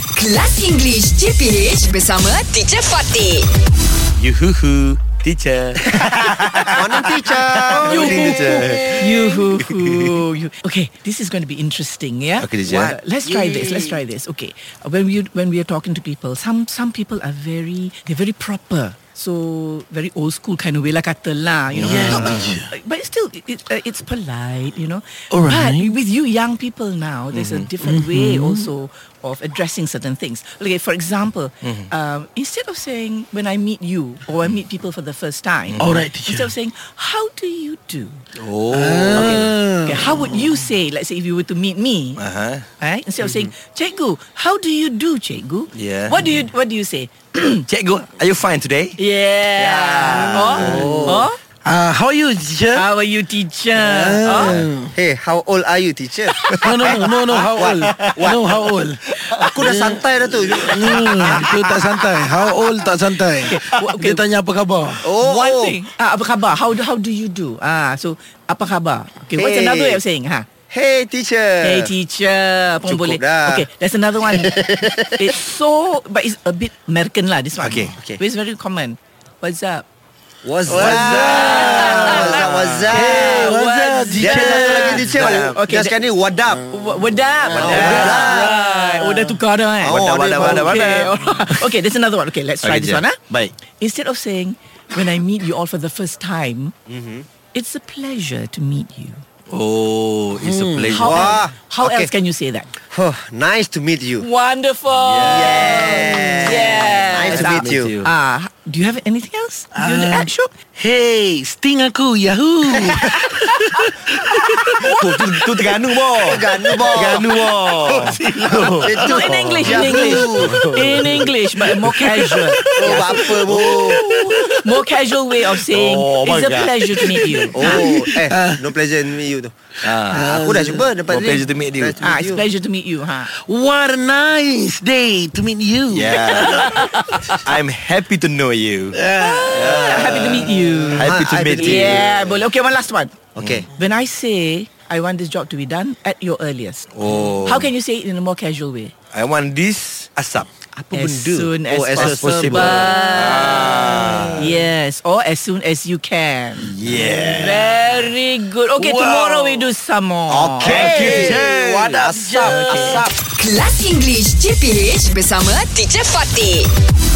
Kelas English CPH bersama Teacher Fatih. Yuhuhu Teacher Morning teacher Morning, teacher Yoo-hoo. You- Okay, this is going to be interesting, yeah? Okay, teacher. Uh, let's try this. Let's try this. Okay. Uh, When we when we are talking to people, some some people are very they're very proper. So very old school kind of way like kata lah, you know. Not- But it's still it, it, uh, it's polite, you know. But with you young people now, there's a different way also of addressing certain things. Okay, for example, um, instead of saying when I meet you or I meet people for the first time, all right, instead of saying how do you do, Ah. Okay, how would you say, let's say if you were to meet me, Ah. Aha. right? Instead of saying, Cikgu, how do you do, Cikgu? Yeah. What do you what do you say? Cikgu Are you fine today? Yeah. Or, or Uh, how are you, teacher? how are you teacher? Or, Eh, Hey how old are you teacher no, no, no, no, no, how old? No, how old? Aku dah santai dah tu Hmm, itu tak santai. How old tak santai. Dia tanya apa khabar. Oh One oh. thing. Ah, apa khabar? How do how do you do? Ah, so apa khabar? Okay, what's Hey. another way of saying? Ha. Hey teacher Hey teacher pun Cukup boleh. dah. Okay, there's another one. it's so but it's a bit American lah this one. Okay, okay. But it's very common. What's up? What's up What's up What's Eh, up Hey, what's up, What's Dia ada satu lagi teacher Okay, Okay Dah sekarang ni what up Ah, Wa- Wadap Wadap wadap. Ah, Alright. Oh dah tukar dah eh Oh, Wadap, wadap, wadap, Okay wadap. alright. Okay there's another one Okay let's try Okay, this teacher. one ah. Baik Instead of saying When I meet you all for the first time Mm-hmm. It's a pleasure to meet you Oh It's a Hmm. pleasure How, Wah. else, how Okay. else can you say that? Huh, Nice to meet you Wonderful Yeah. Nice to meet you Ah, Do you have anything else? you uh, Um, sure. Hey, sting aku, Yahoo. Tu, tu, tu Terengganu bo Ganu bo Terengganu bo Itu No, in English, in English. in English, but more casual. Oh apa bu More casual way of saying Oh, my it's a God. pleasure to meet you. Oh eh No pleasure to meet you tu Ah. Aku dah cuba dapat Oh, pleasure to meet you. Ah, it's pleasure a pleasure to meet you, huh? What a nice day to meet you. Yeah Ya. I'm happy to know you Uh, Happy to meet you. Happy to Ah, meet you Yeah, boleh. Okay, one last one. Okay When I say I want this job to be done at your earliest, Oh how can you say it in a more casual way? I want this ASAP Apa As benda soon as, Oh, as soon as possible. possible. Ah. Ah. Uh. Yes, or as soon as you can. Yeah Very good. Okay, tomorrow we do some more. Thank you teacher Hey, What asap Asap Kelas English CPH bersama Teacher Fatih.